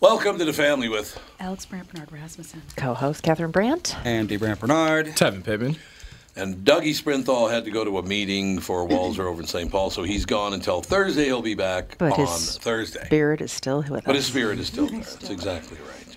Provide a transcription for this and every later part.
Welcome to the family with Alex Brandt Bernard Rasmussen. Co-host Catherine Brandt. Andy Brandt Bernard. Tevin Pittman. and Dougie Sprinthal had to go to a meeting for Walzer over in St. Paul, so he's gone until Thursday. He'll be back But on his Thursday. Spirit is still with But us. his spirit is still there. That's exactly right.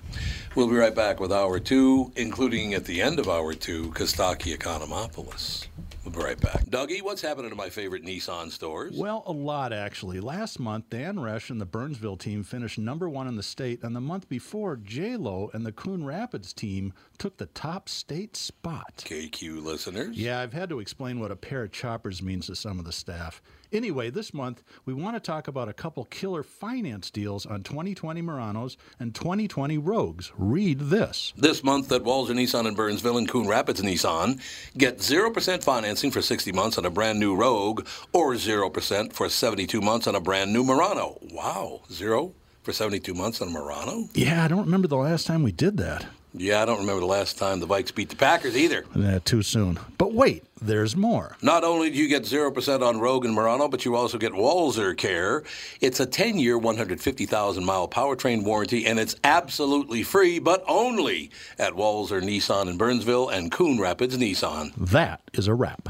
We'll be right back with hour two, including at the end of hour two, Kostaki Economopoulos. We'll be right back. Dougie, what's happening to my favorite Nissan stores? Well, a lot actually. Last month, Dan Resch and the Burnsville team finished number one in the state, and the month before, J Lo and the Coon Rapids team took the top state spot. KQ listeners. Yeah, I've had to explain what a pair of choppers means to some of the staff. Anyway, this month, we want to talk about a couple killer finance deals on 2020 Muranos and 2020 Rogues. Read this. This month at Walzer Nissan in Burnsville and Coon Rapids Nissan, get 0% financing for 60 months on a brand new Rogue or 0% for 72 months on a brand new Murano. Wow, zero for 72 months on a Murano? Yeah, I don't remember the last time we did that. Yeah, I don't remember the last time the Vikes beat the Packers either. Nah, too soon. But wait, there's more. Not only do you get 0% on Rogue and Murano, but you also get Walzer Care. It's a 10 year, 150,000 mile powertrain warranty, and it's absolutely free, but only at Walzer Nissan in Burnsville and Coon Rapids Nissan. That is a wrap.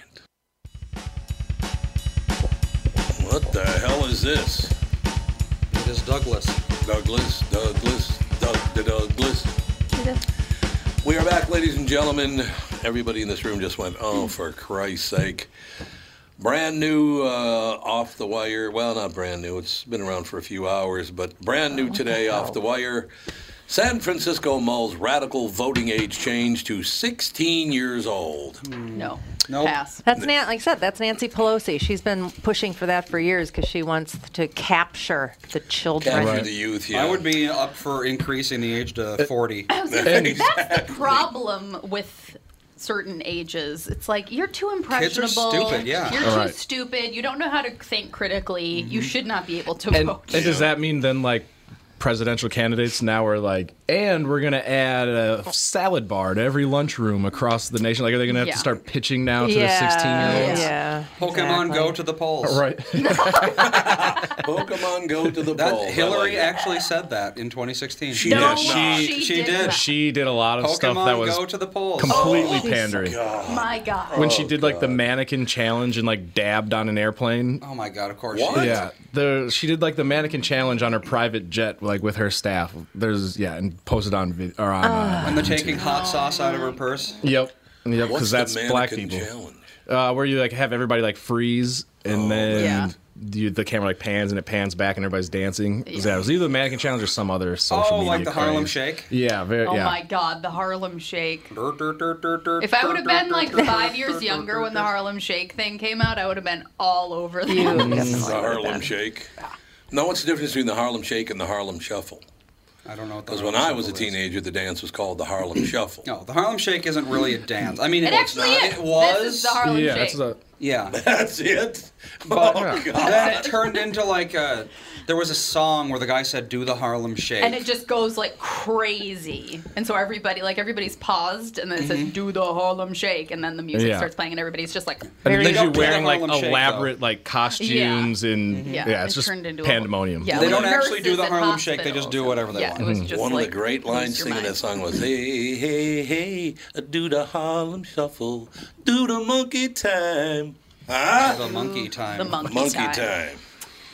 What the hell is this? It is Douglas. Douglas, Douglas, Doug, the Douglas. We are back, ladies and gentlemen. Everybody in this room just went, oh, for Christ's sake. Brand new uh, off the wire. Well, not brand new. It's been around for a few hours, but brand new today off the wire. San Francisco mulls radical voting age change to 16 years old. Hmm, No. Nope. Pass. That's Nan- like I said. That's Nancy Pelosi. She's been pushing for that for years because she wants to capture the children. Capture the youth. Yeah. I would be up for increasing the age Uh, to 40. That's the problem with certain ages. It's like you're too Kids are impressionable. stupid, yeah. Mm-hmm. You're All too right. stupid. You don't know how to think critically. You should not be able to And, vote. and does that mean then like presidential candidates now are like, and we're gonna add a salad bar to every lunchroom across the nation? Like, are they gonna have Yeah. to start pitching now to yeah, the sixteen-year-olds? yeah. Pokemon Go to the polls. Right. Pokemon Go to the That, polls. I Hillary like it. actually said that in 2016. She no, did she, not. She did. did. not. she did a lot of stuff Pokemon that Go was to the polls. completely Oh, pandering. My God. Oh, When she did like the mannequin challenge and like dabbed on an airplane. Oh my God! Of course. What? She did. Yeah, the she did like the mannequin challenge on her private jet, like with her staff. There's yeah, and posted on vid- or on. uh, Ah. And they're taking hot sauce out of her purse. yep, yep, What's because the that's black mannequin people. Challenge? uh, where you like have everybody like freeze Oh, and then Yeah. you, the camera like pans and it pans back and everybody's dancing. Is that it was either the mannequin challenge or some other social Oh, media like the Harlem craze. Shake. Yeah, very Oh yeah. my God, the Harlem Shake. Dur, dur, dur, dur, dur, If I dur, would have dur, been dur, like dur, five dur, years dur, younger dur, when the dur. Harlem Shake thing came out, I would have been all over You that. The definitely would've Harlem been. Shake. Now, what's the difference between the Harlem Shake and the Harlem Shuffle? I don't know what that Because when I was a teenager, the dance was called the Harlem Shuffle. No, the Harlem Shake isn't really a dance. I mean, It it's actually not. is. It was. This is the Harlem yeah, Shake. that's the yeah. That's it. But oh, God. then it turned into like a. There was a song where the guy said, "Do the Harlem Shake." and it just goes like crazy. And so everybody, like everybody's paused, and then it says "Do the Harlem Shake," and then the music Mm-hmm. Yeah. starts playing, and everybody's just like, and Very then you're don't play the wearing like Harlem Shake, elaborate like costumes and "Yeah." Mm-hmm. yeah, it's it just turned into a- pandemonium. yeah, They like don't actually do nurses the at Harlem Shake, they just hospitals. do whatever they yeah, want. It was just One like, of the great lines lose your singing mind. that song was, "Hey, hey, hey, do the Harlem Shuffle, do the monkey time, huh? the monkey time. Mm-hmm. The monkey, Monkey time. time."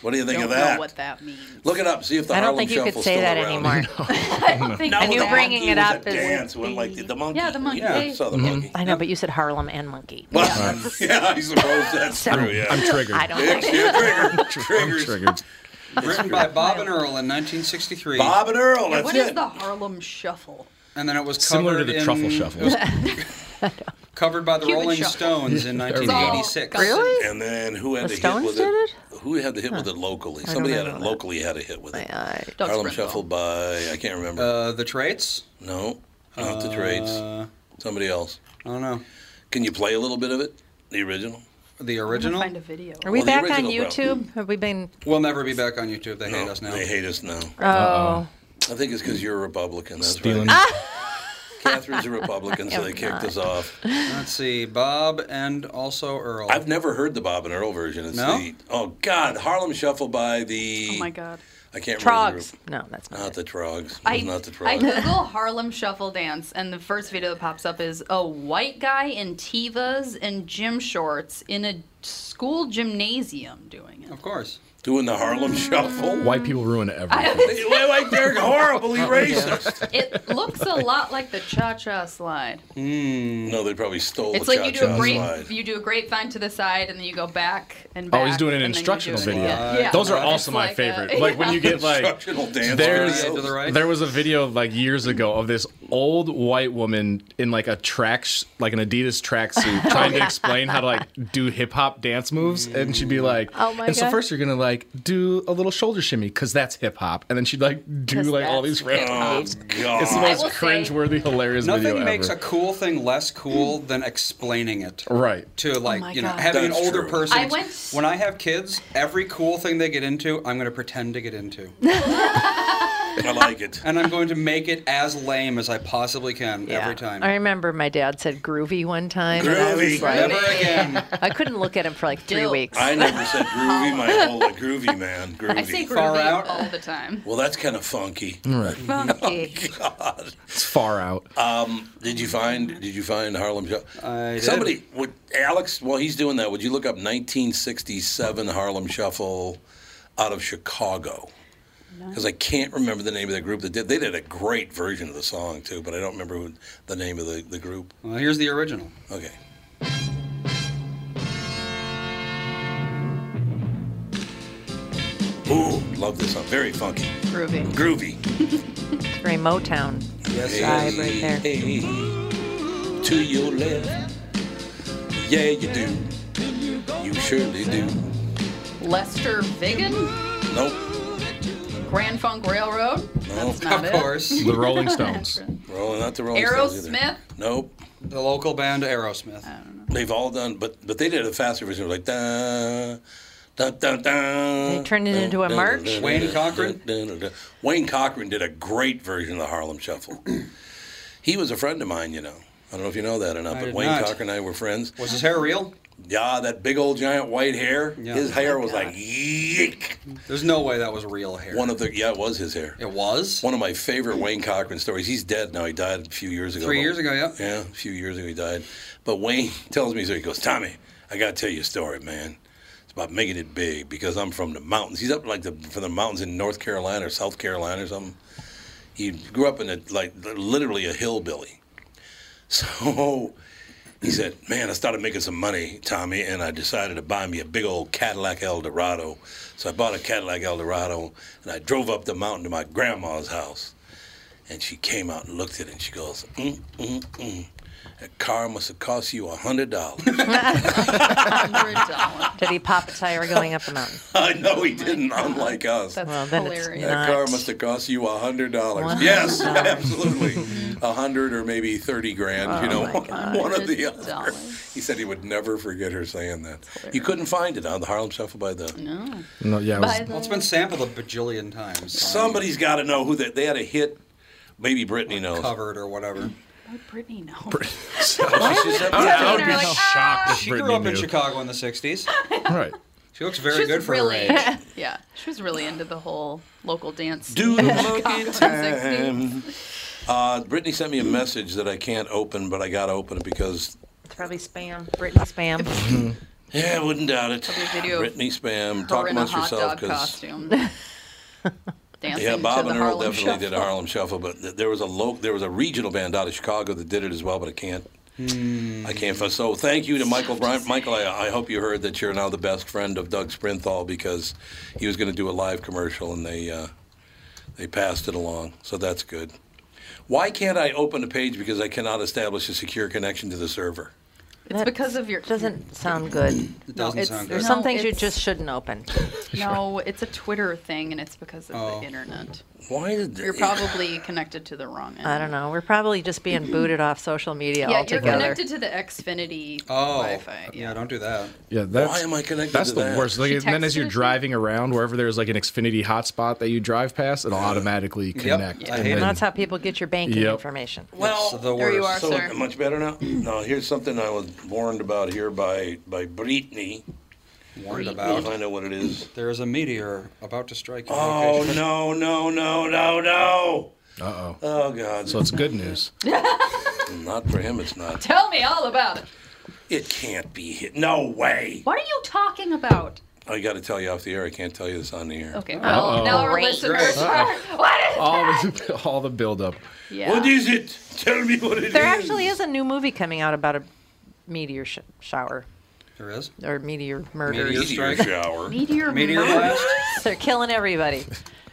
What do you think don't of that? know what that means. Look it up. See if the I don't Harlem think you Shuffle's could say still that around. anymore. I don't think No, And you the bringing monkey it was up a is dance with like the, the monkey. the monkey. Yeah, I saw the Mm-hmm. monkey. I know, but you said Harlem and monkey. Well, yeah, I suppose that's true. Yeah. I'm triggered. I don't It's know. your trigger. I'm Triggers. triggered. Written by Bob and Earl in 1963. Bob and Earl. That's What it. is the Harlem Shuffle? And then it was covered Similar to the in, truffle shuffle. It was covered by the Cuban Rolling shuffle. Stones in we go. 1986. Really? and then who had The the hit Stones with did it? Who had the hit with it locally? Somebody had know it that. locally had a hit Oh, with it. uh, Doug Harlem Springfield. Shuffle by I can't remember. Uh, the Traits? Uh, no, not the trades. Somebody else. I don't know. Can you play a little bit of it? The original. The I'm gonna original? Find a video. Are we Well, the back on original YouTube? Have we been? We'll never be back on YouTube. They hate us now. They hate us now. Oh, I think it's because you're a Republican. That's Stealing. right. Ah. Catherine's a Republican, so they kicked us off. Let's see. Bob and also Earl. I've never heard the Bob and Earl version. It's No? the oh god, Harlem Shuffle by the Oh my god. I can't remember. Trogs. the No, that's group. Not not. it. the Trogs. I, It's not the I Trogs. Google Harlem Shuffle dance, and the first video that pops up is a white guy in tivas and gym shorts in a school gymnasium doing it. of course. Doing the Harlem Shuffle. White people ruin everything. Wait, wait, they're horribly racist. It looks a lot like the cha-cha slide. No, they probably stole It's the like you do a cha-cha great slide. you do a grapevine to the side, and then you go back and back. Oh, he's doing an and then you instructional do it video. again. Yeah. Those are It's also my like a- favorite. Like when you get like Instructional dance. there's- To the videos. right. There was a video like years ago of this old white woman in like a track, like an Adidas tracksuit, trying to explain how to like do hip hop dance moves, and she'd be like, Oh my And so God. first you're gonna like do a little shoulder shimmy because that's hip hop, and then she'd like do 'Cause like all that's these random. Oh moves. It's the god. most will say- cringe-worthy, hilarious video Nothing makes ever. a cool thing less cool than explaining it. right. To like Oh my you know God. having an That's older true. person. I went- When I have kids, every cool thing they get into, I'm going to pretend to get into, I like it. and I'm going to make it as lame as I possibly can Yeah. every time. I remember my dad said groovy one time. and I was Groovy. like- Never again. I couldn't look at him for like three Dude. weeks. I never said groovy my whole life. Groovy man. Groovy. I say Far groovy out. all the time. well, that's kind of funky. Funky. God. It's far out. Uh, Did you find? Did you find Harlem Shuffle? Mm-hmm. I did. Somebody would Alex. While he's doing that, would you look up 1967 Harlem Shuffle out of Chicago? Because I can't remember the name of the group that did. They did a great version of the song too, but I don't remember who, the name of the, the group. Well, here's the original. Okay. Ooh, love this song. Very funky, Groovy. groovy. Very Motown. Yes, Vibe right there. Hey, to your left. Yeah, you do. You surely do. Lester Vigan, Nope. Grand Funk Railroad. That's not of it. course. The Rolling Stones. Rolling not the Rolling Stones either. Aerosmith. Nope. The local band Aerosmith. Oh. They've all done, but but they did a faster version, like da. Da, da, da, They turned it da, into a da, march? da, da, Wayne da, Cochran? da, da, da. Wayne Cochran did a great version of the Harlem Shuffle. he was a friend of mine, you know. I don't know if you know that or not, I but did Wayne not. Cochran and I were friends. Was his hair real? Yeah, that big old giant white hair. Yeah. His hair was like yeek. There's no way that was real hair. One of the yeah, it was his hair. it was? One of my favorite Wayne Cochran stories. He's dead now. He died a few years ago. Three years ago, yeah. Yeah, a few years ago he died. But Wayne tells me so. He goes, Tommy, I gotta tell you a story, man. It's about making it big because I'm from the mountains. He's up like the from the mountains in North Carolina or South Carolina or something. He grew up in a like literally a hillbilly. So he said, "Man, I started making some money, Tommy, and I decided to buy me a big old Cadillac Eldorado. So I bought a Cadillac Eldorado, and I drove up the mountain to my grandma's house. And she came out and looked at it, and she goes, mm, mm, mm. That car must have cost you a hundred dollars. $100. Did he pop a tire going up a mountain? I know he didn't, unlike us. That's Well, then it's hilarious. that not. car must have cost you a hundred dollars. Wow. Yes, absolutely, a hundred or maybe thirty grand. you know, one of the $100. other. He said he would never forget her saying that. You couldn't find it on the Harlem Shuffle by the. No, yeah. It By was, the- Well, it's been sampled a bajillion times. Somebody's got to know who that. They had a hit. Maybe Brittany knows. covered or whatever. Would Brittany know? She said, I would They're be like, shocked if She Britney grew up in knew. Chicago in the '60s. Right. She looks very She was good for really, her age. yeah, she was really into the whole local dance. Do the scene. monkey Sixties. time. Uh, Brittany sent me a message that I can't open, but I got to open it because It's probably spam. Britney spam. Yeah, I wouldn't doubt it. There'll be a video of Brittany Spam. Her Talk in a amongst hot yourself dog because costume. Dancing yeah, Bob to the and Earl Harlem definitely Shuffle. did a Harlem Shuffle, but th- there was a lo- there was a regional band out of Chicago that did it as well, but I can't. I can't. fi- So thank you to Michael Bryant. Michael, I, I hope you heard that you're now the best friend of Doug Sprinthal because he was going to do a live commercial and they uh, they passed it along. So that's good. Why can't I open a page because I cannot establish a secure connection to the server? It's because of your Doesn't sound good. It No, doesn't it's- sound good. There's No, some things you it's- just shouldn't open. No, it's a Twitter thing, and it's because of Oh. the internet. Why did You're probably connected to the wrong. End. I don't know. We're probably just being booted off social media Yeah, you're altogether. connected to the Xfinity Oh, Wi-Fi. yeah, don't do that. Yeah, that's Why am I connected That's to the that? worst. She Like, then as texted you're us. driving around, wherever there's like an Xfinity hotspot that you drive past, it'll automatically connect. I and hate it. then- That's how people get your banking Yep. information. Well, It's the there you worst. are. So sir. much better now. No, here's something I was warned about here by by Brittany. Warned I'll about. find out what it is. There is a meteor about to strike. your Oh location. no no no no no! Uh-oh. Oh God! So it's good news. not for him. It's not. Tell me all about it. It can't be hit. No way! What are you talking about? I got to tell you off the air. I can't tell you this on the air. Okay, well, now our Great. listeners are. What is? All the, all the buildup. Yeah. What is it? Tell me what it is. There actually is a new movie coming out about a meteor sh- shower There is. or meteor murder. Meteor Meteor strike. shower. Meteor, Meteor murder? blast. They're killing everybody.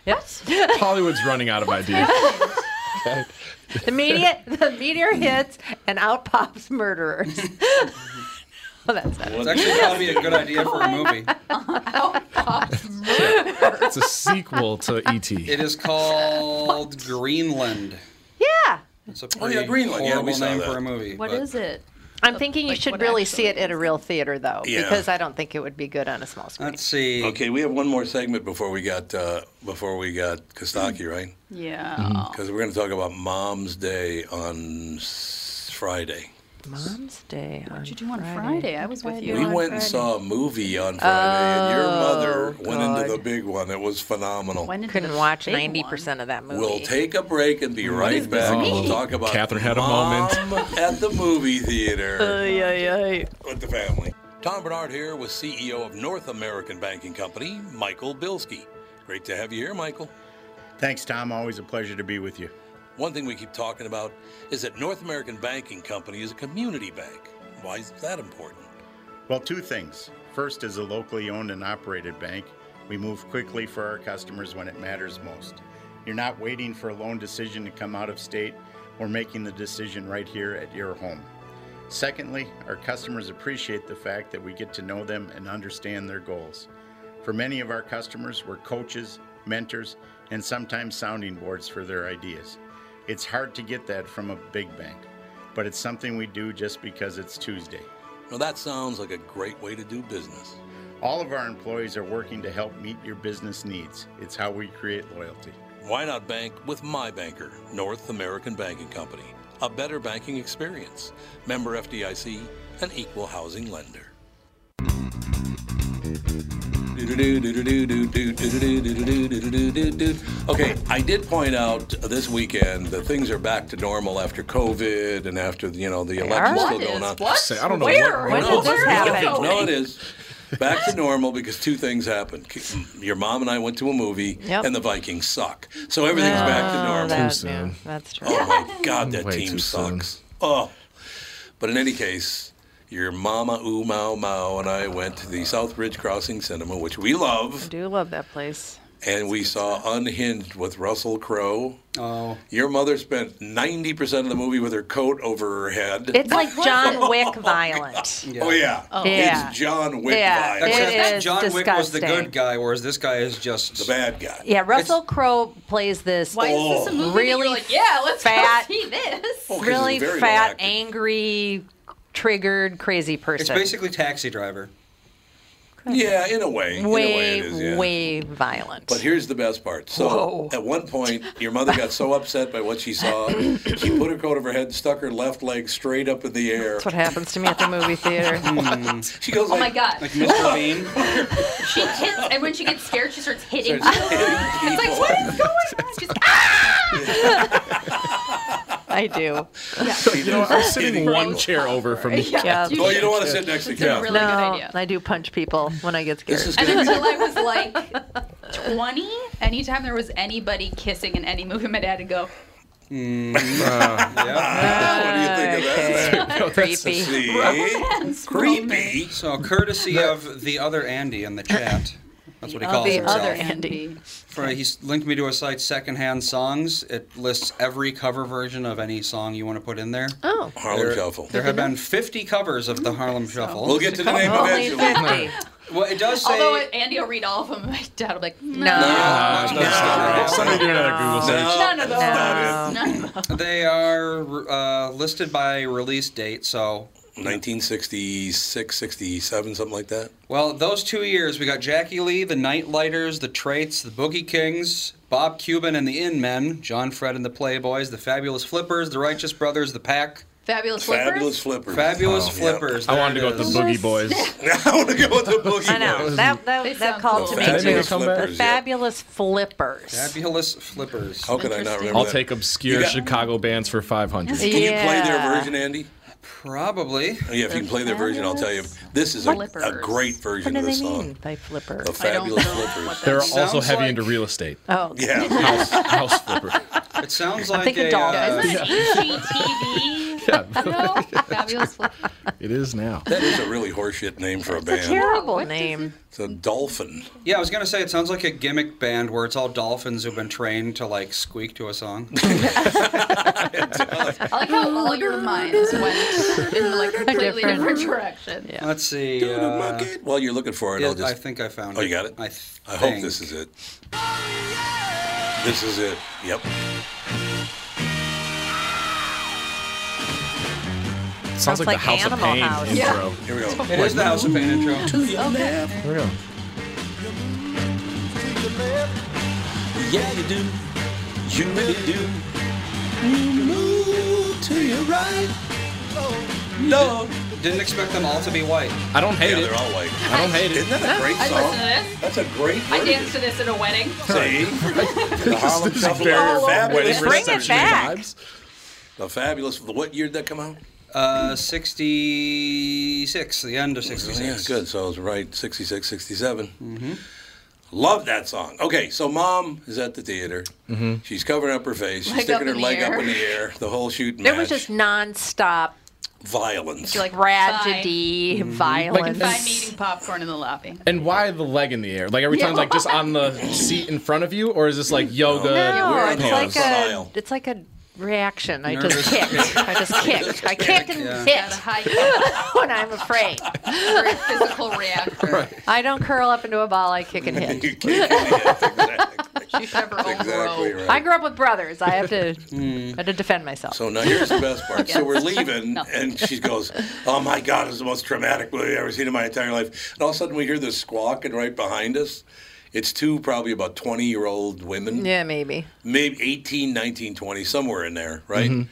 Yes. Hollywood's running out of ideas. The meteor, the meteor hits, and out pops murderers. well, that's it. It's actually probably a good idea for a movie. It's a sequel to E E.T. It is called Greenland. Yeah, It's a Oh, pretty yeah, Greenland. Yeah, we horrible saw name that. for a movie. What but is it? I'm thinking you Like, should what really see it actually at a real theater, though, Yeah. because I don't think it would be good on a small screen. Let's see. Okay, we have one more segment before we got uh, before we got Kostaki, right? Yeah. Mm-hmm. Because we're going to talk about Mom's Day on s- Friday. Mom's Day. What'd you do on Friday? I was with you. We went and saw a movie on Friday, and your mother went into the God. big one. It was phenomenal. When did Couldn't the watch big ninety one? percent of that movie. We'll take a break and be right does this back. We'll mean? talk about Catherine had a Mom moment. at the movie theater Ay, ay, ay. with the family. Tom Bernard here with CEO of North American Banking Company, Michael Bilski. Great to have you here, Michael. Thanks, Tom. Always a pleasure to be with you. One thing we keep talking about is that North American Banking Company is a community bank. Why is that important? Well, two things. First, as a locally owned and operated bank, we move quickly for our customers when it matters most. You're not waiting for a loan decision to come out of state or making the decision right here at your home. Secondly, our customers appreciate the fact that we get to know them and understand their goals. For many of our customers, we're coaches, mentors, and sometimes sounding boards for their ideas. It's hard to get that from a big bank, but it's something we do just because it's Tuesday. Well, that sounds like a great way to do business. All of our employees are working to help meet your business needs. It's how we create loyalty. Why not bank with my banker, North American Banking Company? A better banking experience. Member FDIC, an equal housing lender. Okay, I did point out this weekend that things are back to normal after COVID and after you know the election still are? What is going on. what? Say, I don't know Where? what- When did No, this no, happen? no, No, it is. Back to normal because two things happened. Your mom and I went to a movie, Yep. and the Vikings suck. So everything's back to Ah, normal. That- soon. yeah, that's true. Oh my God, that Way team too soon. sucks. Oh, but in any case, your mama ooh mau mau and I went to the Southbridge Crossing Cinema, which we I love, do love that place. and we saw Unhinged with Russell Crowe. Oh, Your mother spent ninety percent of the movie with her coat over her head. It's like John Wick violent. oh yeah, Yeah. Oh it's John Wick Yeah. vibes. It except is John Wick was the disgusting. good guy, whereas this guy is just the bad guy. Yeah, Russell Crowe plays this Why is this a movie? that really you're like, yeah, let's fat- go see this. Oh, 'cause it's really very fat, well-acted. angry, triggered, crazy It's person. basically Taxi Driver. Yeah, in a way, in a way way, it is. Yeah. way violent. But here's the best part. So Whoa. at one point, your mother got so upset by what she saw, she put her coat over her head, stuck her left leg straight up in the air. That's what happens to me at the movie theater. Hmm. She goes Oh my god. Like Mr. Bean. She hits, and when she gets scared, she starts hitting Starts people. hitting It's like, people. what is going on? She's like, ah! I do. So you know, I'm sitting one Frozen chair over from Yeah. Yeah. Oh, you don't want to sit next to It's a Kevin. really good no, idea. I do punch people when I get scared. This is And gonna be- until I was like 20, anytime there was anybody kissing in any movie, my dad would go, Yeah. what do you think of that? Creepy. See? Creepy. So courtesy of the other Andy in the chat. That's what he calls the himself. other Andy. For, he's linked me to a site, Secondhand Songs. It lists every cover version of any song you want to put in there. Oh, Harlem Shuffle. There have been 50 covers of the Harlem Shuffle. We'll get to the name only eventually. fifty. Well, it does say. Although Andy will read all of them, my dad will be like, no. Ah, Uh, no, no, no, Somebody do another Google search. None of those. No. None of those. They are uh, listed by release date. So, 1966, 67, something like that. well, those two years we got Jackie Lee, the Nightlighters, the Traits, the Boogie Kings, Bob Cuban and the In Men, John Fred and the Playboys, the Fabulous Flippers, the Righteous Brothers, the Pack, Fabulous Flippers. Fabulous Flippers. Fabulous Oh, yeah. Flippers. I There wanted to it go with the is. Boogie Boys. I want to go with the boogie. I know Boys. that They that, that sound called cool. to me Fabulous too. Fabulous Come back. Flippers. yeah. Fabulous flippers. Fabulous Flippers. How could I not remember I'll that? take obscure You got- Chicago bands for 500. Can you play their Yeah. version, Andy? Oh, Probably. Yeah, if you can play their version, I'll tell you. This is a, a Flippers. great What version do of the they song. mean by flipper? The I don't Fabulous know what Flippers. that They're is. also Sounds heavy like- into real estate. Oh, Yeah. House, house flipper. It sounds like thinking a, dog. uh, Isn't it HGTV? E No? Fabulous Flippers. It is now. That is a really horseshit name for a a band. terrible What does name. It's a dolphin. yeah, I was gonna say it sounds like a gimmick band where it's all dolphins who've been trained to like squeak to a song. I like how all your minds went in like completely Different. different direction. Yeah. Let's see. Uh, While you're looking for it, yeah, I'll just. I think I found Oh, it. you got it? I, th- I hope this is it. This is it. Yep. Sounds like the like House of Animal Pain House. intro. Here we go. It is the House of Pain intro. Okay. Here we go. Yeah, you do. You really do. You move to your right. No. Didn't expect them all to be white. I don't Yeah, hate they're it. all like. I don't hate Isn't it. that a great I song? listened to this. That's a great. I danced to this at a wedding. See? the Harlem This is Shuffle. very the wedding fabulous. Bring it reception back. vibes. The fabulous. What year did that come out? Uh, 66, the end of Oh, yeah, 66. good. So I was right, 66, 67. Love that song. Okay, so mom is at the theater. She's covering up her face. She's Leg up sticking her in the leg up air. in the air. The whole shooting There was match. just nonstop violence. You're like, tragedy, violence. Bye. Find me eating popcorn in the lobby. And why the leg in the air? Like every time, like just on the seat in front of you, or is this like yoga? no, we're it's on like the aisle. a it's like a reaction. I Nervous just kicked. I just kicked. I kicked and Got a hit high when I'm afraid. very physical reactor. I don't curl up into a ball. I kick and hit. You can't really hit. Exactly. She should have her own exactly robe. right. I grew up with brothers. I have to I had to defend myself. Hmm. So now here's the best part. So we're Yes. leaving, No. and she goes, "Oh my God, it's the most traumatic movie I've ever seen in my entire life." And all of a sudden, we hear this squawking right behind us. It's two probably about 20 year old women, yeah, maybe. maybe 18, 19, 20, somewhere in there, right?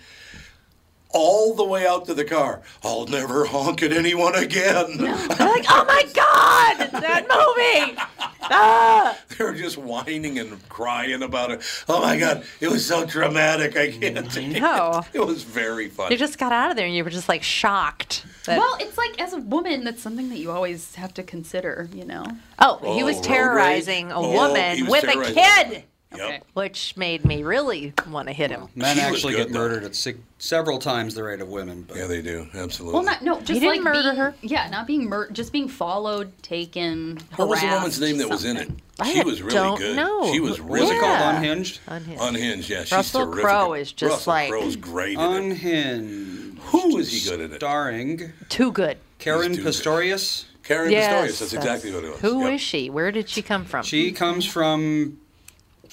All the way out to the car. I'll never honk at anyone again. I'm like, oh my god, it's that movie. Ah! They're just whining and crying about it. Oh my God, it was so dramatic. I can't take Mm-hmm. No. it. It was very funny. You just got out of there and you were just like shocked. That, Well, it's like as a woman, that's something that you always have to consider, you know. oh, he Oh, road was rage. terrorizing a Oh, he woman was with a terrorizing kid, woman. Yep. Okay. which made me really want to hit him. Men She was actually good, get though. murdered at sig- several times the rate of women. But Yeah, they do. Absolutely. Well, not no, just didn't like murder being, her? Yeah, not being mur- just being followed, taken, harassed. What was the woman's name that was in it? something. I She was really don't good. know. She was What really was it called Yeah. Unhinged? Unhinged. good. Unhinged, yeah. She's Russell terrific. Crowe is just Russell like- Crowe's great at it. Unhinged. Who is he good at it? Starring Too good. Karen He's too good. Pistorius. Karen Yes, Pistorius. That's exactly what it was. Who is Yep. she? Where did she come from? She comes from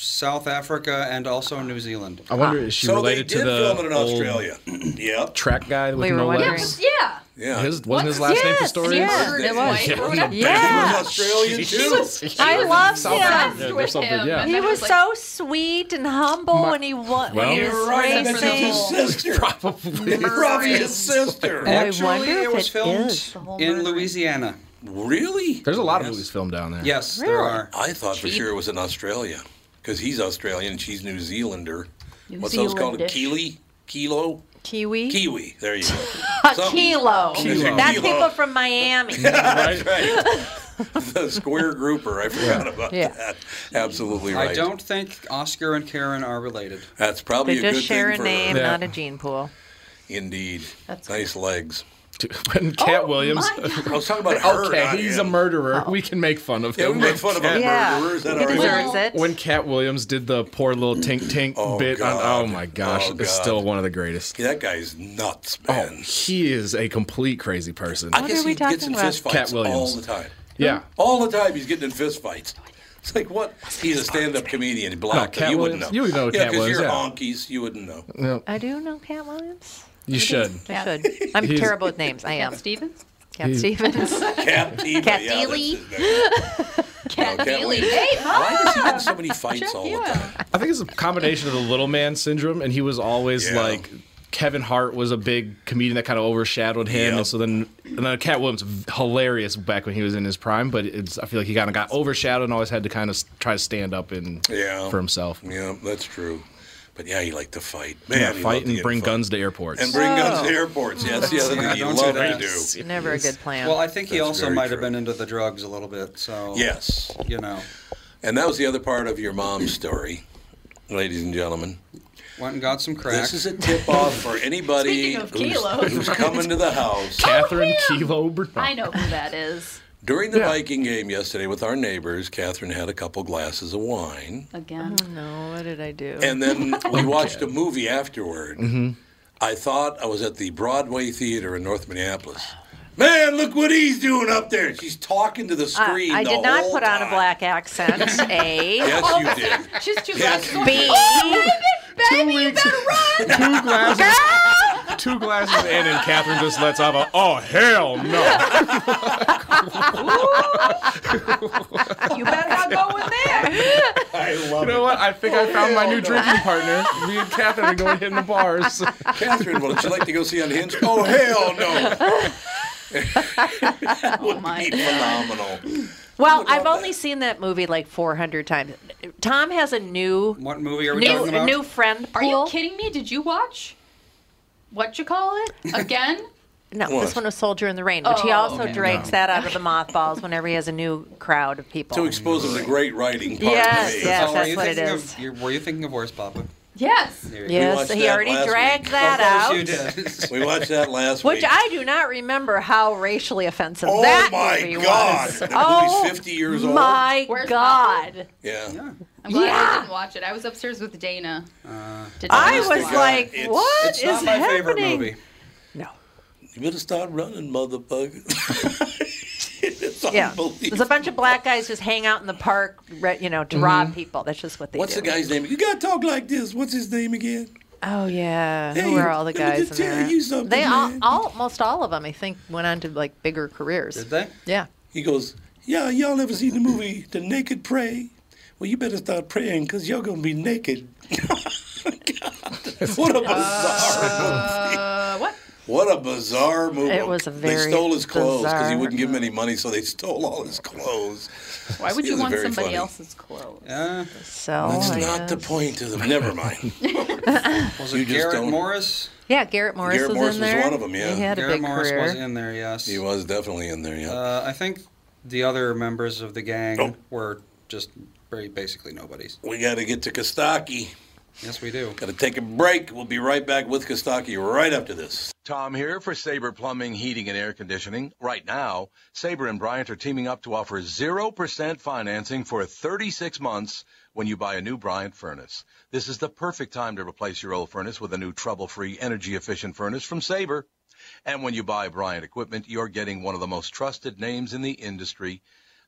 South Africa and also New Zealand. I wonder is she So they related did to the film it in old Australia. yep. track guy with We were no wondering. legs? Yeah. Yeah. His, wasn't his What? last name Yes, Pistorius? yes. His it was. wife or whatever. He yeah. was Australian too. I love South him. Africa or With something, him, yeah. and He then I was like, so sweet and humble when he wa- when Well- he You're was right. That's his racing. sister. Probably. Probably his sister. I Actually, wonder it if was it filmed is the whole in murder. Louisiana. Really? There's a lot of movies filmed down there. Yes, there Really? are. I thought for Cheap. sure it was in Australia because he's Australian and she's New Zealander. New What's those called? Zealandish. Kiwi? Kilo? Kiwi. Kiwi. There you go. A Some- kilo. Kilo. That's Kilo. people from Miami. That's right. the square grouper. I forgot about Yeah. that. Absolutely right. I don't think Oscar and Karen are related. That's probably They a just good share thing a for name, Yeah. not a gene pool. Indeed. That's nice legs. When Cat Oh, Williams. my God. I was talking about her. Okay, not he's a him. murderer. Oh. We can make fun of Yeah, we him. made fun of a Yeah. murderer. Is that He all right? deserves it. When Cat Williams did the poor little tink tink Oh, bit God. on, oh my gosh, Oh, it's God. still one of the greatest. That guy's nuts, Oh, man. he is a complete crazy person. I What guess are we he gets in talking about? fist fights Cat Williams. all the time. yeah. All the time he's getting in fist fights. It's like what? He's a stand-up comedian. Black. Cat you wouldn't know. Williams. You would know yeah, Cat 'cause Williams, you're yeah. honkies. You wouldn't know. I do know Cat Williams. You should. I should. Oh. I'm He's- terrible with names. I am. Stevens? Cat Stevens. Cat Diva. Cat yeah, that's Dealey. his name. Cat No, Cat Dealey. Williams. Hey, Mom. Why does he get in so many fights Check all the you time? out. I think it's a combination of the little man syndrome, and he was always Yeah. like Kevin Hart was a big comedian that kind of overshadowed him, Yep. and so then and then Cat Williams v- hilarious back when he was in his prime, but it's I feel like he kind of got overshadowed and always had to kind of try to stand up and Yeah. for himself. Yeah, that's true. But yeah, he liked to fight. Man, he loved fight to and get bring in fight. guns to airports. And bring guns to Oh. airports. Yeah, that's the other Yeah, thing he don't do loved to that. do. Never a good plan. Well, I think he That's also very might true. have been into the drugs a little bit. So Yes. you know, And that was the other part of your mom's story, ladies and gentlemen. went and got some crack. This is a tip off for anybody Speaking of who's, kilos. who's coming to the house. Catherine Kilo Oh, I know who that is. During the Viking game yesterday with our neighbors, Catherine had a couple glasses of wine. Again. no, what did I do? And then we watched a movie afterward. I thought I was at the Broadway Theater in North Minneapolis. Man, look what he's doing up there. She's talking to the I- screen. Uh, I the did not whole put on a time. black accent. A. Yes, you did. She's too Yes, loud. you B. Baby, you better run. two glasses, two glasses in, and Catherine just lets off a oh hell no. You better not go in there. I love You know what? I think Oh, I found my new drinking partner. Me and Catherine are going hitting the bars. Catherine, would you like to go see Unhinged? Oh, hell no. Oh my Be phenomenal. Well, would I've love only that. seen that movie like 400 times. Tom has a new what movie are we new talking about? new friend pool. Are you kidding me? Did you watch? What you call it again? No, What? this one was Soldier in the Rain, which he Oh, also okay. drags that out of the mothballs whenever he has a new crowd of people. To expose him to great writing. Part Yes, of me. yes. were that's you what it thinking is. Of, you- were you thinking of Horse Papa? yes. There you go. watched yes, he that already last dragged week. that Of course out. you did. We watched that last Which week. I do not remember how racially offensive Oh that my movie God! was. The movie's oh 50 years old. my Where's God! Yeah. yeah. I'm glad Yeah. I didn't watch it. I was upstairs with Dana. Did I not was watch it. like, it's- "What It's is not my happening?" favorite movie. No, You better start running, motherfucker. it's yeah, unbelievable. there's a bunch of black guys just hang out in the park, re- you know, to rob people. That's just what they Mm-hmm. What's do. the guy's name? You gotta talk like this. What's his name again? Oh yeah, Hey, who are all the let me guys just in tell there? you something, they all, man. all, almost all of them, I think, went on to like bigger careers. Did they? Yeah. He goes, Yeah, y'all ever seen the movie The Naked Prey? Well, you better start praying because you're gonna be naked. God, what a bizarre movie. Uh, what? What a bizarre movie. It was a They very stole his clothes because he bizarre wouldn't give him any money, so they stole all his clothes. Why would It you was want very somebody funny. else's clothes? Uh, So That's I not the guess. point of the. Never mind. was You it just Garrett don't- Morris? Yeah, Garrett Morris Garrett was Morris in was there. one of 'em, yeah. He had a Garrett big Morris career. was in there. Yes. He was definitely in there, yeah. Uh, I think the other members of the gang Oh. were just very basically nobodies. we got to get to Kostaki. Yes, we do. Got to take a break. We'll be right back with Kostaki right after this. Tom here for Sabre Plumbing, Heating, and Air Conditioning. Right now, Sabre and Bryant are teaming up to offer 0% financing for 36 months when you buy a new Bryant furnace. This is the perfect time to replace your old furnace with a new trouble-free, energy-efficient furnace from Sabre. And when you buy Bryant equipment, you're getting one of the most trusted names in the industry.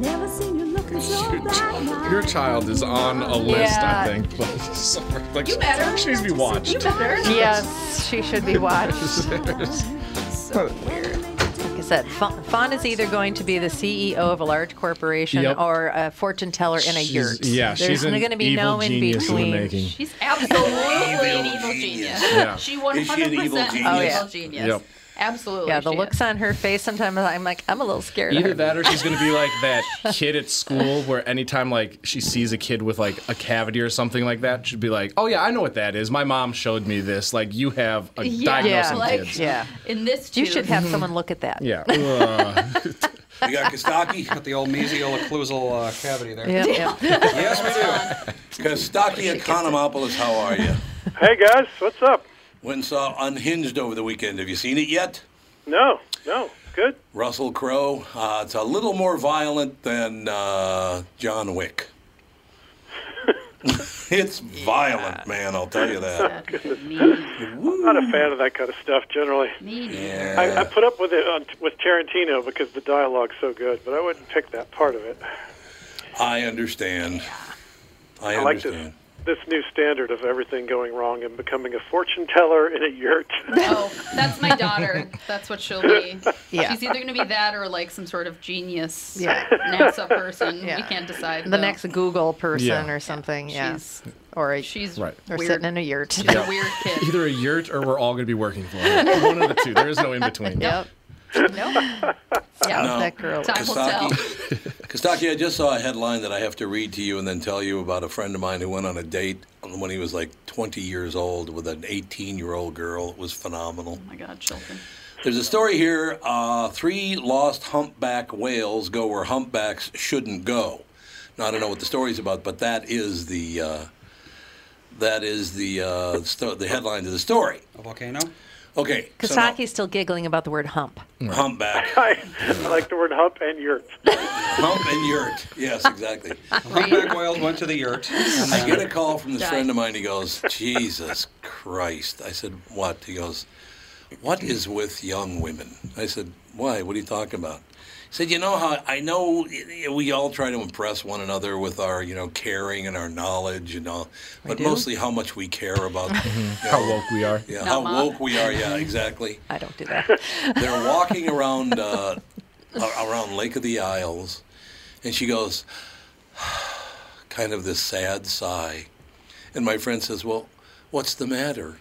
Never seen you looking so bright. Your child is on a list, Yeah. I think. But sorry, like, You better. She needs to be watched. Yes, she should be watched. so weird. Like I said, Fawn Fawn is either going to be the CEO of a large corporation Yep. or a fortune teller in a She's- yurt. yeah, There's she's an going to be evil no in genius in the between. making. She's absolutely an evil genius. Yeah. She Is she an 100% evil genius? an evil Oh, yeah. genius. Yep. Absolutely. Yeah, the she looks on her face sometimes I'm like, I'm a little scared. of Either her. that or she's going to be like that kid at school where anytime like she sees a kid with like a cavity or something like that, she'd be like, "Oh yeah, I know what that is. My mom showed me this. Like you have a diagnosing like, kids." In this, You tooth. should have someone look at that. Yeah. we got Kostaki. Got the old mesial occlusal uh, cavity there. Yeah, yeah. yes, we do. Kostaki Economopoulos, how are you? Hey guys, what's up? Went and saw Unhinged over the weekend. Have you seen it yet? No, no, good. Russell Crowe. Uh, it's a little more violent than uh, John Wick. it's violent, man. I'll tell you that. I'm not a fan of that kind of stuff generally. I, I put up with it on, with Tarantino because the dialogue's so good, but I wouldn't pick that part of it. I understand. I I like this. understand. This new standard of everything going wrong and becoming a fortune teller in a yurt. Oh, That's my daughter. That's what she'll be. Yeah. She's either going to be that or like some sort of genius Yeah. NASA person. We Yeah. can't decide. The though. next Google person Yeah. or something. Yeah. She's- or a, she's Right. or weird. sitting in a yurt. Yeah. Either a yurt or we're all going to be working for her. One of the two. There is no in between. Yep. Oh Yeah, No. that girl. Time will tell. Kostaki, I just saw a headline that I have to read to you and then tell you about a friend of mine who went on a date when he was like 20 years old with an 18 year old girl. It was phenomenal. Oh my God, children. There's a story here. Uh, three lost humpback whales go where humpbacks shouldn't go. Now I don't know what the story's about, but that is the uh, that is the uh, sto- the headline to the story. A volcano. Okay, so now- Kasaki's still giggling about the word hump. humpback, I, I like the word hump and yurt. hump and yurt. Yes, exactly. Humpback whales went to the yurt. I get a call from this Died. friend of mine. He goes, Jesus Christ. I said, What? He goes, What is with young women? I said, Why? What are you talking about? He said, You know how I know i- i- we all try to impress one another with our, you know, caring and our knowledge and all, but do? mostly how much we care about Mm-hmm. How woke we are. yeah, how woke we are. Yeah, exactly. I don't do that. They're walking around uh, a- around Lake of the Isles, and she goes, kind of this sad sigh, and my friend says, "Well, what's the matter?"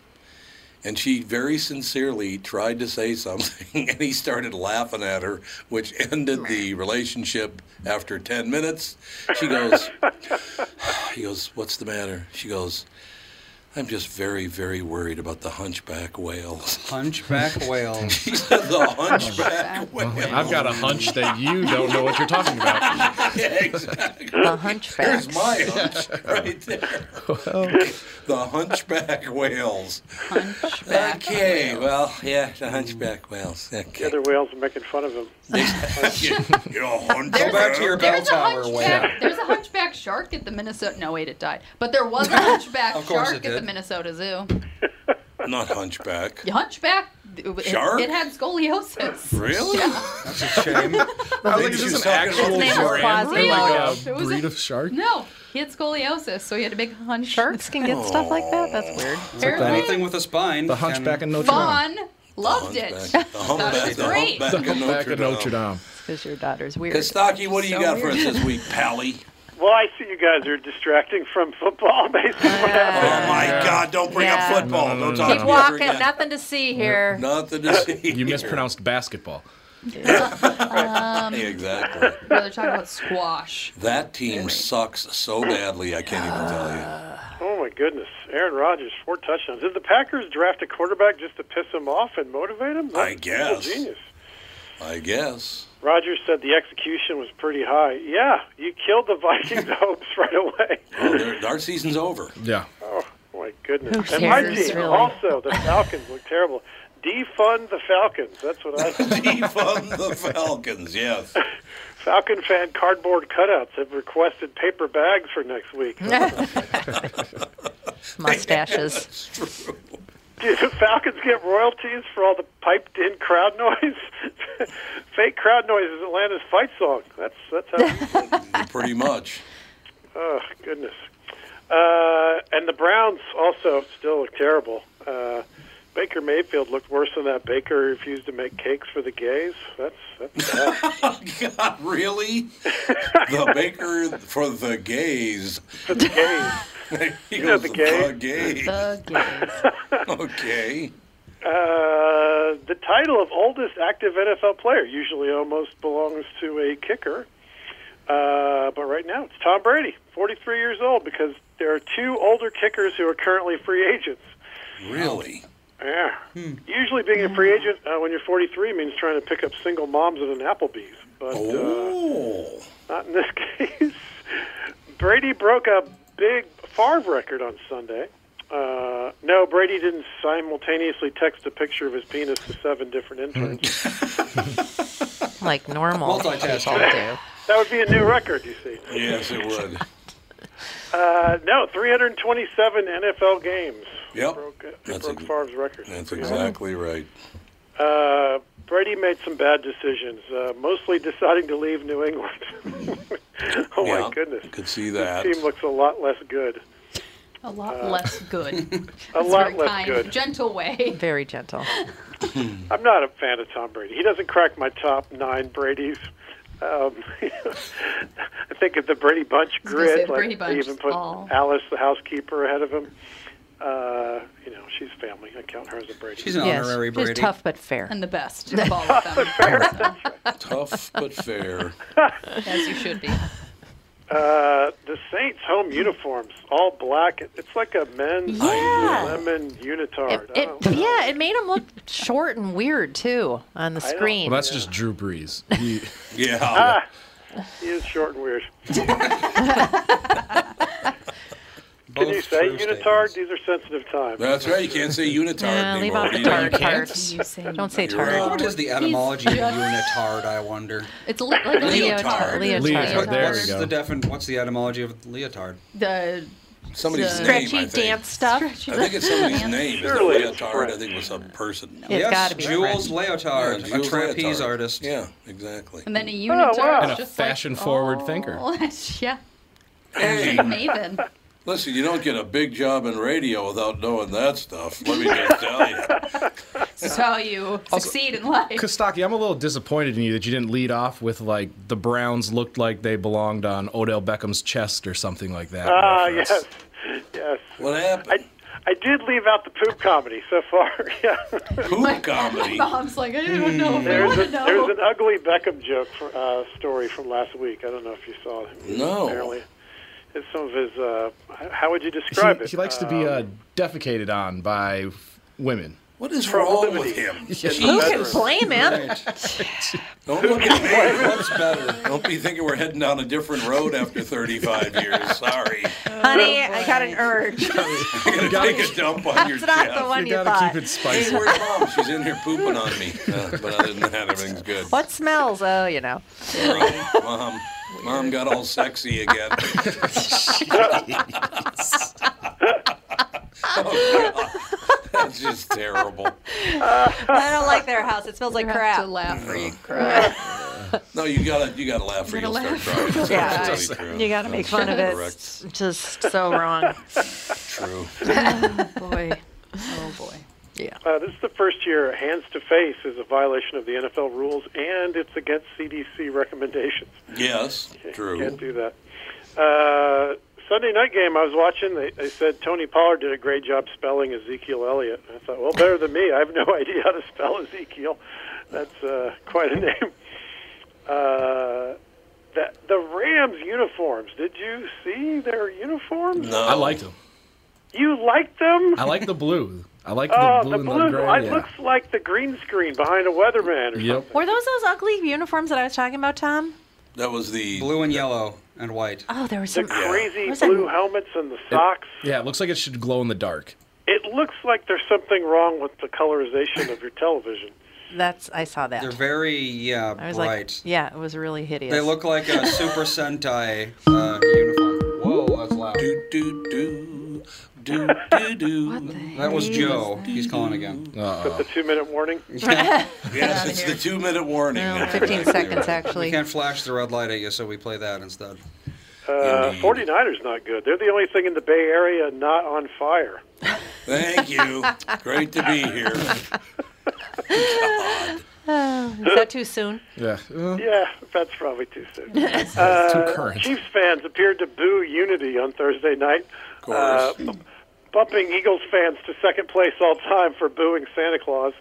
And she very sincerely tried to say something, and he started laughing at her, which ended the relationship after 10 minutes. She goes, He goes, What's the matter? She goes, I'm just very, very worried about the hunchback whales. Hunchback whales. she said, The Oh, hunchback whales. I've got a hunch that you don't know what you're talking about. Yeah, exactly. The hunchback. There's my hunch right there. the hunchback whales. Hunchback okay, well, yeah, the hunchback whales. The Okay. other whales are making fun of him. You're a hunchback. Go back to your bell There's a tower whale. hunchback. There's a hunchback shark at the Minnesota. No, wait, it died. But there was a hunchback Of course shark it at the did. Minnesota Zoo. Not hunchback. The hunchback. It, Shark? It, had scoliosis. Really? That's a shame. I was like, is this an actual shark? Like It a was a- breed of shark? No, he had scoliosis, so he had a big hunch. Sharks can get stuff like that. Oh. That's weird. Anything with a spine. The hunchback in Notre Dame. Vaughn loved it. The humpback, the great. humpback The of humpback Notre in Dame. Notre Dame. Because your daughter's weird. Kostaki, what do you So got for weird. us this week, Pally? Well, I see you guys are distracting from football, basically. oh my God! Don't bring Yeah. up football. No, no, don't no, talk no, to Keep me ever walking. again. Nothing to see here. Nothing to see. You mispronounced basketball. Um, exactly. no, they're talking about squash. That team sucks so badly. I can't even tell you. Oh my goodness, Aaron Rodgers, four touchdowns. Did the Packers draft a quarterback just to piss him off and motivate him? I That's guess. genius. I guess. Rodgers said the execution was pretty high. Yeah, you killed the Vikings' hopes right away. Well, their- our season's over. Yeah. Oh my goodness! Who and my cares, team really? also, the Falcons look terrible. Defund the Falcons. That's what I. Defund the Falcons. Yes. Falcon fan cardboard cutouts have requested paper bags for next week. Mustaches. Do the Falcons get royalties for all the piped-in crowd noise? Fake crowd noise is Atlanta's fight song. That's that's how. Pretty much. oh goodness. Uh, and the Browns also still look terrible. Uh, Baker Mayfield looked worse than that. Baker refused to make cakes for the gays. That's that's bad. God, really? The baker for the gays. For the gays. You know, the gays. The gays. The okay. Uh, the title of oldest active NFL player usually almost belongs to a kicker, uh, but right now it's Tom Brady, 43 years old, because there are two older kickers who are currently free agents. Really? Yeah. Usually, being a free agent uh, when you're 43 means trying to pick up single moms at an Applebee's, but Oh. uh, not in this case. Brady broke a big Favre record on Sunday. Uh, no, Brady didn't simultaneously text a picture of his penis to seven different interns. like normal. people do. that would be a new record, you see. Yes, it would. Uh, no, 327 NFL games. Yep. Broke, it That's broke ex- Favre's record. That's exactly right. Uh, Brady made some bad decisions, uh, mostly deciding to leave New England. oh, Yeah, my goodness. Could see that. Team looks a lot less good. A lot Uh, less good. a That's lot very less kind. good. Gentle way. Very gentle. I'm not a fan of Tom Brady. He doesn't crack my top nine Brady's. Um, I think of the Brady Bunch was gonna say, grid. the like Brady Bunch they even is put all- Alice, the housekeeper, ahead of him. Uh, you know, she's family. I count her as a Brady. Yes, she's tough but fair. And the best of all of them. Tough but fair. As you should be. Uh, the Saints' home uniforms, all black. It- It's like a men's Yeah. lemon unitard. It, yeah, it made him look short and weird too on the screen. Well, that's just Drew Brees. He, yeah. Ah, he is short and weird. Can you say unitard? These are sensitive times. That's right. You can't say unitard Yeah, leave anymore. out the You know, you tard can't. part. Don't say You're tard. right. What is the etymology of He's just- unitard? I wonder. It's le- like a leotard. What- What's the defin- What's the etymology of leotard? The Somebody's the- name, I Stretchy think. dance stuff. I think it's somebody's name. Surely Surely it's leotard. I think it was some person. It's Yes, gotta be Jules French. Leotard, Yeah, Jules a trapeze Leotard. artist. Yeah, exactly. And then a Oh, unitard. And a just fashion forward thinker. like, yeah. Hey. Maven. Listen, you don't get a big job in radio without knowing that stuff. Let me just tell you. This is how you succeed in life. Kostaki, I'm a little disappointed in you that you didn't lead off with like the Browns looked like they belonged on Odell Beckham's chest or something like that. Ah, reference. yes, yes. What happened? I, I did leave out the poop comedy so far. yeah. Poop comedy. Mom's like, I don't know if I There's, want a, to there's know. an ugly Beckham joke for, uh, story from last week. I don't know if you saw it. No. Apparently, it's some of his. Uh, how would you describe he, it? he likes to be uh, defecated on by f- women. What is wrong with him? Who can blame him? Don't look at me. What's better? Don't be thinking we're heading down a different road after 35 years. Sorry. Honey, I got an urge. I'm going to take a dump on your That's not chest. the one You you gotta thought. keep it spicy. Hey, where's mom? She's in here pooping on me. Uh, but other than that, everything's good. What smells? Oh, you know. Girl, mom. Mom got all sexy again. oh, God. That's just terrible. I don't like their house. It smells like crap. To laugh or you No, you gotta you gotta laugh or You you'll gotta start crying. That's Yeah. absolutely true. You got to make fun of it. Correct. It's just so wrong. True. Oh, boy. Oh, boy. Yeah. Uh, this is the first year hands to face is a violation of the NFL rules, and it's against CDC recommendations. Yes, true. Can't do that. Uh, Sunday night game I was watching, they, they said Tony Pollard did a great job spelling Ezekiel Elliott. I thought, well, better than me. I have no idea how to spell Ezekiel. That's uh, quite a name. Uh, that, the Rams uniforms. Did you see their uniforms? No. I liked him. You like them? I like the blue. I like oh, the the blue blue. and the gray. it yeah. looks like the green screen behind a weatherman. Or Yep. Were those those ugly uniforms that I was talking about, Tom? That was the blue and yellow and white. Oh, there was The some crazy What was blue that? helmets and the socks. Yeah, it looks like it should glow in the dark. It looks like there's something wrong with the colorization of your television. That's I saw that. They're very yeah I was bright. like, yeah, it was really hideous. they look like a Super Sentai uh, uniform. Whoa, that's loud. Do do do do do do. That was heck Joe. He's calling again. Uh-huh. Put the two minute warning. Yes, it's the two minute warning. No, That's 15 exactly Oh, seconds, right. actually. We can't flash the red light at you, so we play that instead. Uh, 49ers not good. They're the only thing in the Bay Area not on fire. Thank you. Great to be here. Oh, is that too soon? Yeah. Yeah, that's probably too soon. too current. Chiefs fans appeared to boo unity on Thursday night, Of course. uh, bu- bumping Eagles fans to second place all time for booing Santa Claus.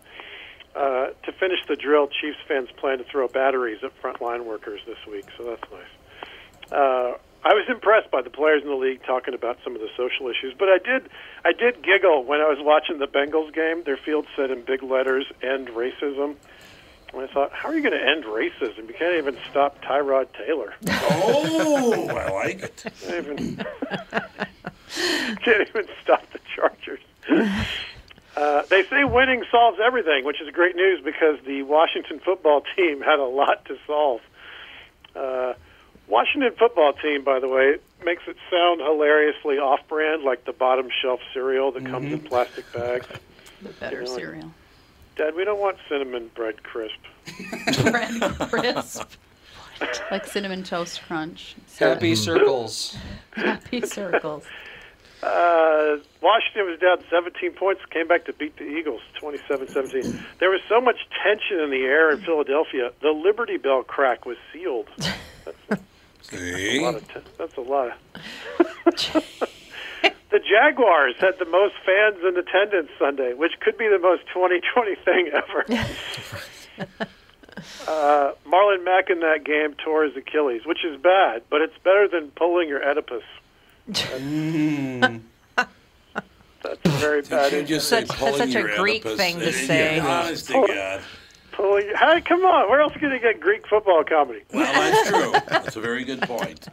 Uh, to finish the drill, Chiefs fans plan to throw batteries at frontline workers this week, so that's nice. Uh, I was impressed by the players in the league talking about some of the social issues, but I did, I did giggle when I was watching the Bengals game. Their field said in big letters, "End racism." And I thought, how are you going to end racism? You can't even stop Tyrod Taylor. Oh, I like it. Can't even, can't even stop the Chargers. Uh, they say winning solves everything, which is great news because the Washington football team had a lot to solve. Uh, Washington football team, by the way, makes it sound hilariously off-brand, like the bottom shelf cereal that comes in plastic bags. The better Really? cereal. Dad, we don't want cinnamon bread crisp. Bread crisp. like cinnamon toast crunch. Happy circles. Happy circles. Uh, Washington was down 17 points, came back to beat the Eagles 27-17. There was so much tension in the air in Philadelphia. The Liberty Bell crack was sealed. A See? lot of t- that's a lot. Of- the Jaguars had the most fans in attendance Sunday, which could be the most 2020 thing ever. Uh, Marlon Mack in that game tore his Achilles, which is bad, but it's better than pulling your Oedipus. Mm. That's a very bad You injury. just say Such- that's pulling such a your Greek Oedipus. thing to Yeah, say. honest to God. Pulling, hey, come on. Where else can you get Greek football comedy? Well, that's true. That's a very good point.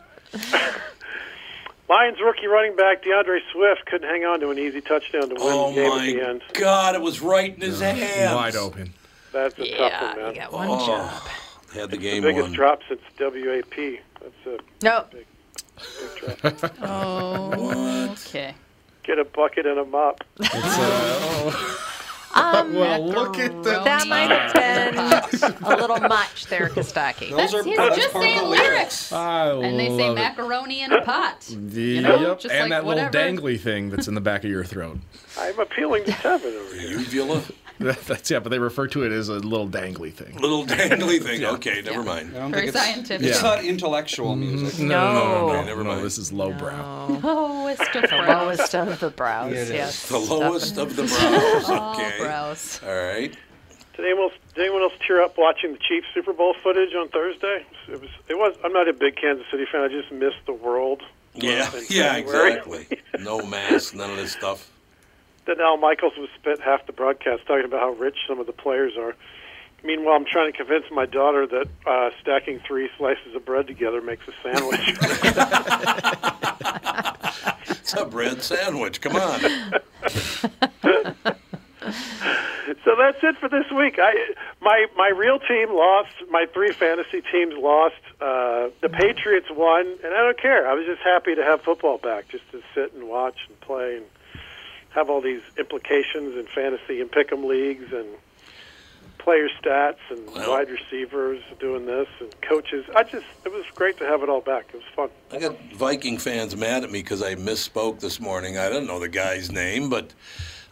Lions rookie running back DeAndre Swift couldn't hang on to an easy touchdown to win Oh, the game at the my end. God. It was right in his hands. Wide open. That's a tough one, Yeah, man. you got one Oh, job. Had the game Biggest won. drop since WAP. That's a No, big drop. Oh, okay. Get a bucket and a mop. well, look at the. that might have been a little much there, Kostaki. Those are here, that's just part of say the lyrics. I And they say love it. macaroni in a pot. The, know, yep, just and like that whatever. little dangly thing that's in the back of your throat. I'm appealing to Tevin over here. Uvula. that's yeah, but they refer to it as a little dangly thing. Little dangly thing. Okay, never mind. I don't Very think it's, scientific. it's Yeah. not intellectual music. no, no, No. never mind. This is lowbrow. Lowest of brows. Lowest of the brows, It is. yes. The lowest of the brows. All Okay. Oh, brows. All right. Did anyone, else, did anyone else tear up watching the Chiefs Super Bowl footage on Thursday? It was. It was. I'm not a big Kansas City fan. I just missed the world. Yeah. in Yeah. January. Exactly. No mask. None of this stuff. Then Al Michaels was spent half the broadcast talking about how rich some of the players are. Meanwhile, I'm trying to convince my daughter that uh, stacking three slices of bread together makes a sandwich. It's a bread sandwich. Come on. so that's it for this week. I my my real team lost. My three fantasy teams lost. Uh, the Patriots won, and I don't care. I was just happy to have football back, just to sit and watch and play and have all these implications in fantasy and pick'em leagues and player stats and Well- wide receivers doing this and coaches. I just it was great to have it all back. It was fun. I got Viking fans mad at me because I misspoke this morning. I don't know the guy's name, but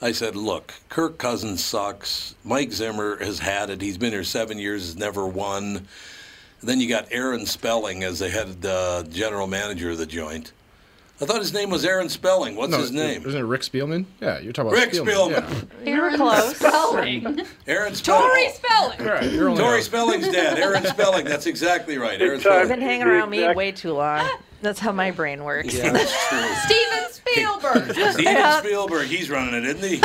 I said, look, Kirk Cousins sucks. Mike Zimmer has had it. He's been here seven years, has never won. And then you got Aaron Spelling as the head uh, general manager of the joint. I thought his name was Aaron Spelling. What's his name? Isn't it Rick Spielman? Yeah, you're talking about Rick Spielman. You were close. Spelling. Aaron Spelling. Tory spelling. Yeah. All right, you're only Tory on- Spelling's dad. Aaron Spelling. That's exactly right. Aaron Big time. You've been Spelling. hanging around me way too long. That's how my brain works. That's true. Steven Spielberg. Steven Spielberg, he's running it, isn't he?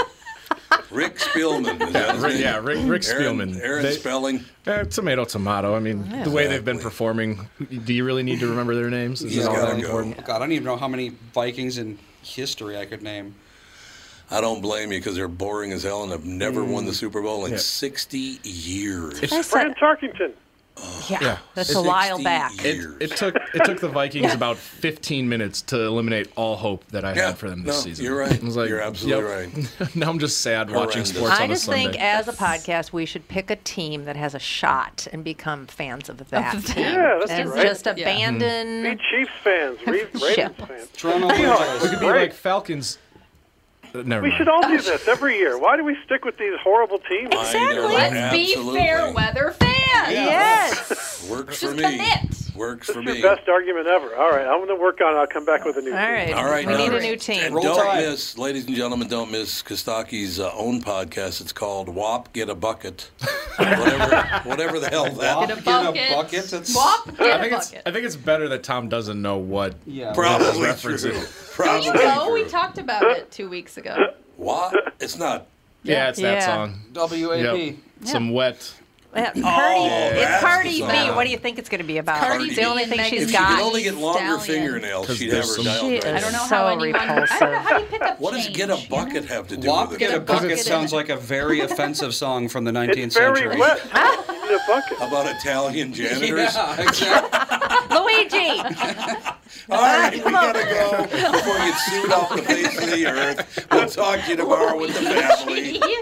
Rick Spielman. Is that his Rick- name? yeah, Rick- Rick Spielman. Aaron, Aaron They- Spelling. Eh, tomato, tomato. I mean, Yeah. the way they've been performing, do you really need to remember their names? Is He's it all gotta that go. important? God, I don't even know how many Vikings in history I could name. I don't blame you because they're boring as hell and have never Mm. won the Super Bowl in Yeah. 60 years. It's- I Fran Tarkington. Yeah, that's a 60 while back. It, it took it took the Vikings Yeah. about 15 minutes to eliminate all hope that I Yeah, had for them this no, season. you're right. I was like, You're absolutely right. now I'm just sad watching Horrendous. sports I on a just Sunday. think, as a podcast, we should pick a team that has a shot and become fans of that team. Yeah, that's and right. just abandon. Be Chiefs fans, Re- Ravens fans. Toronto Seahawks, We could be right? like Falcons. Uh, never We mind. should all do this every year. Why do we stick with these horrible teams? Exactly. Let's be fair weather fans. Works for Just me. commit. Works for That's me. your best argument ever. All right, I'm going to work on it. I'll come back with a new All team. right. All right, we now- need a new team. And don't miss, ladies and gentlemen, don't miss Kostaki's uh, own podcast. It's called "WAP Get a Bucket," whatever, whatever the hell that. Get a bucket. It's- Wop, get I a think it's bucket. I think it's better that Tom doesn't know what yeah, Probably referencing. true. Don't you know we talked about it two weeks ago? What? It's not. Yeah, it's that Yeah. song. W.A.B.. Yep. Some wet. Yeah, Cardi, Oh, it's that's Cardi B. the song. What do you think it's going to be about? Cardi it's the B only and thing Megan she's Thee got. If you could only get longer fingernails, she'd have her dialed right. I don't know so how anyone- I don't know repulsive. how you What does "Get a Bucket" have to do Wop with Get it? a Bucket sounds like a very offensive song from the 19th It's very century. wet. You need a bucket. About Italian janitors. Yeah, exactly. Luigi. All right, we gotta go before we get sued off the face of the earth. We'll talk to you tomorrow with the family.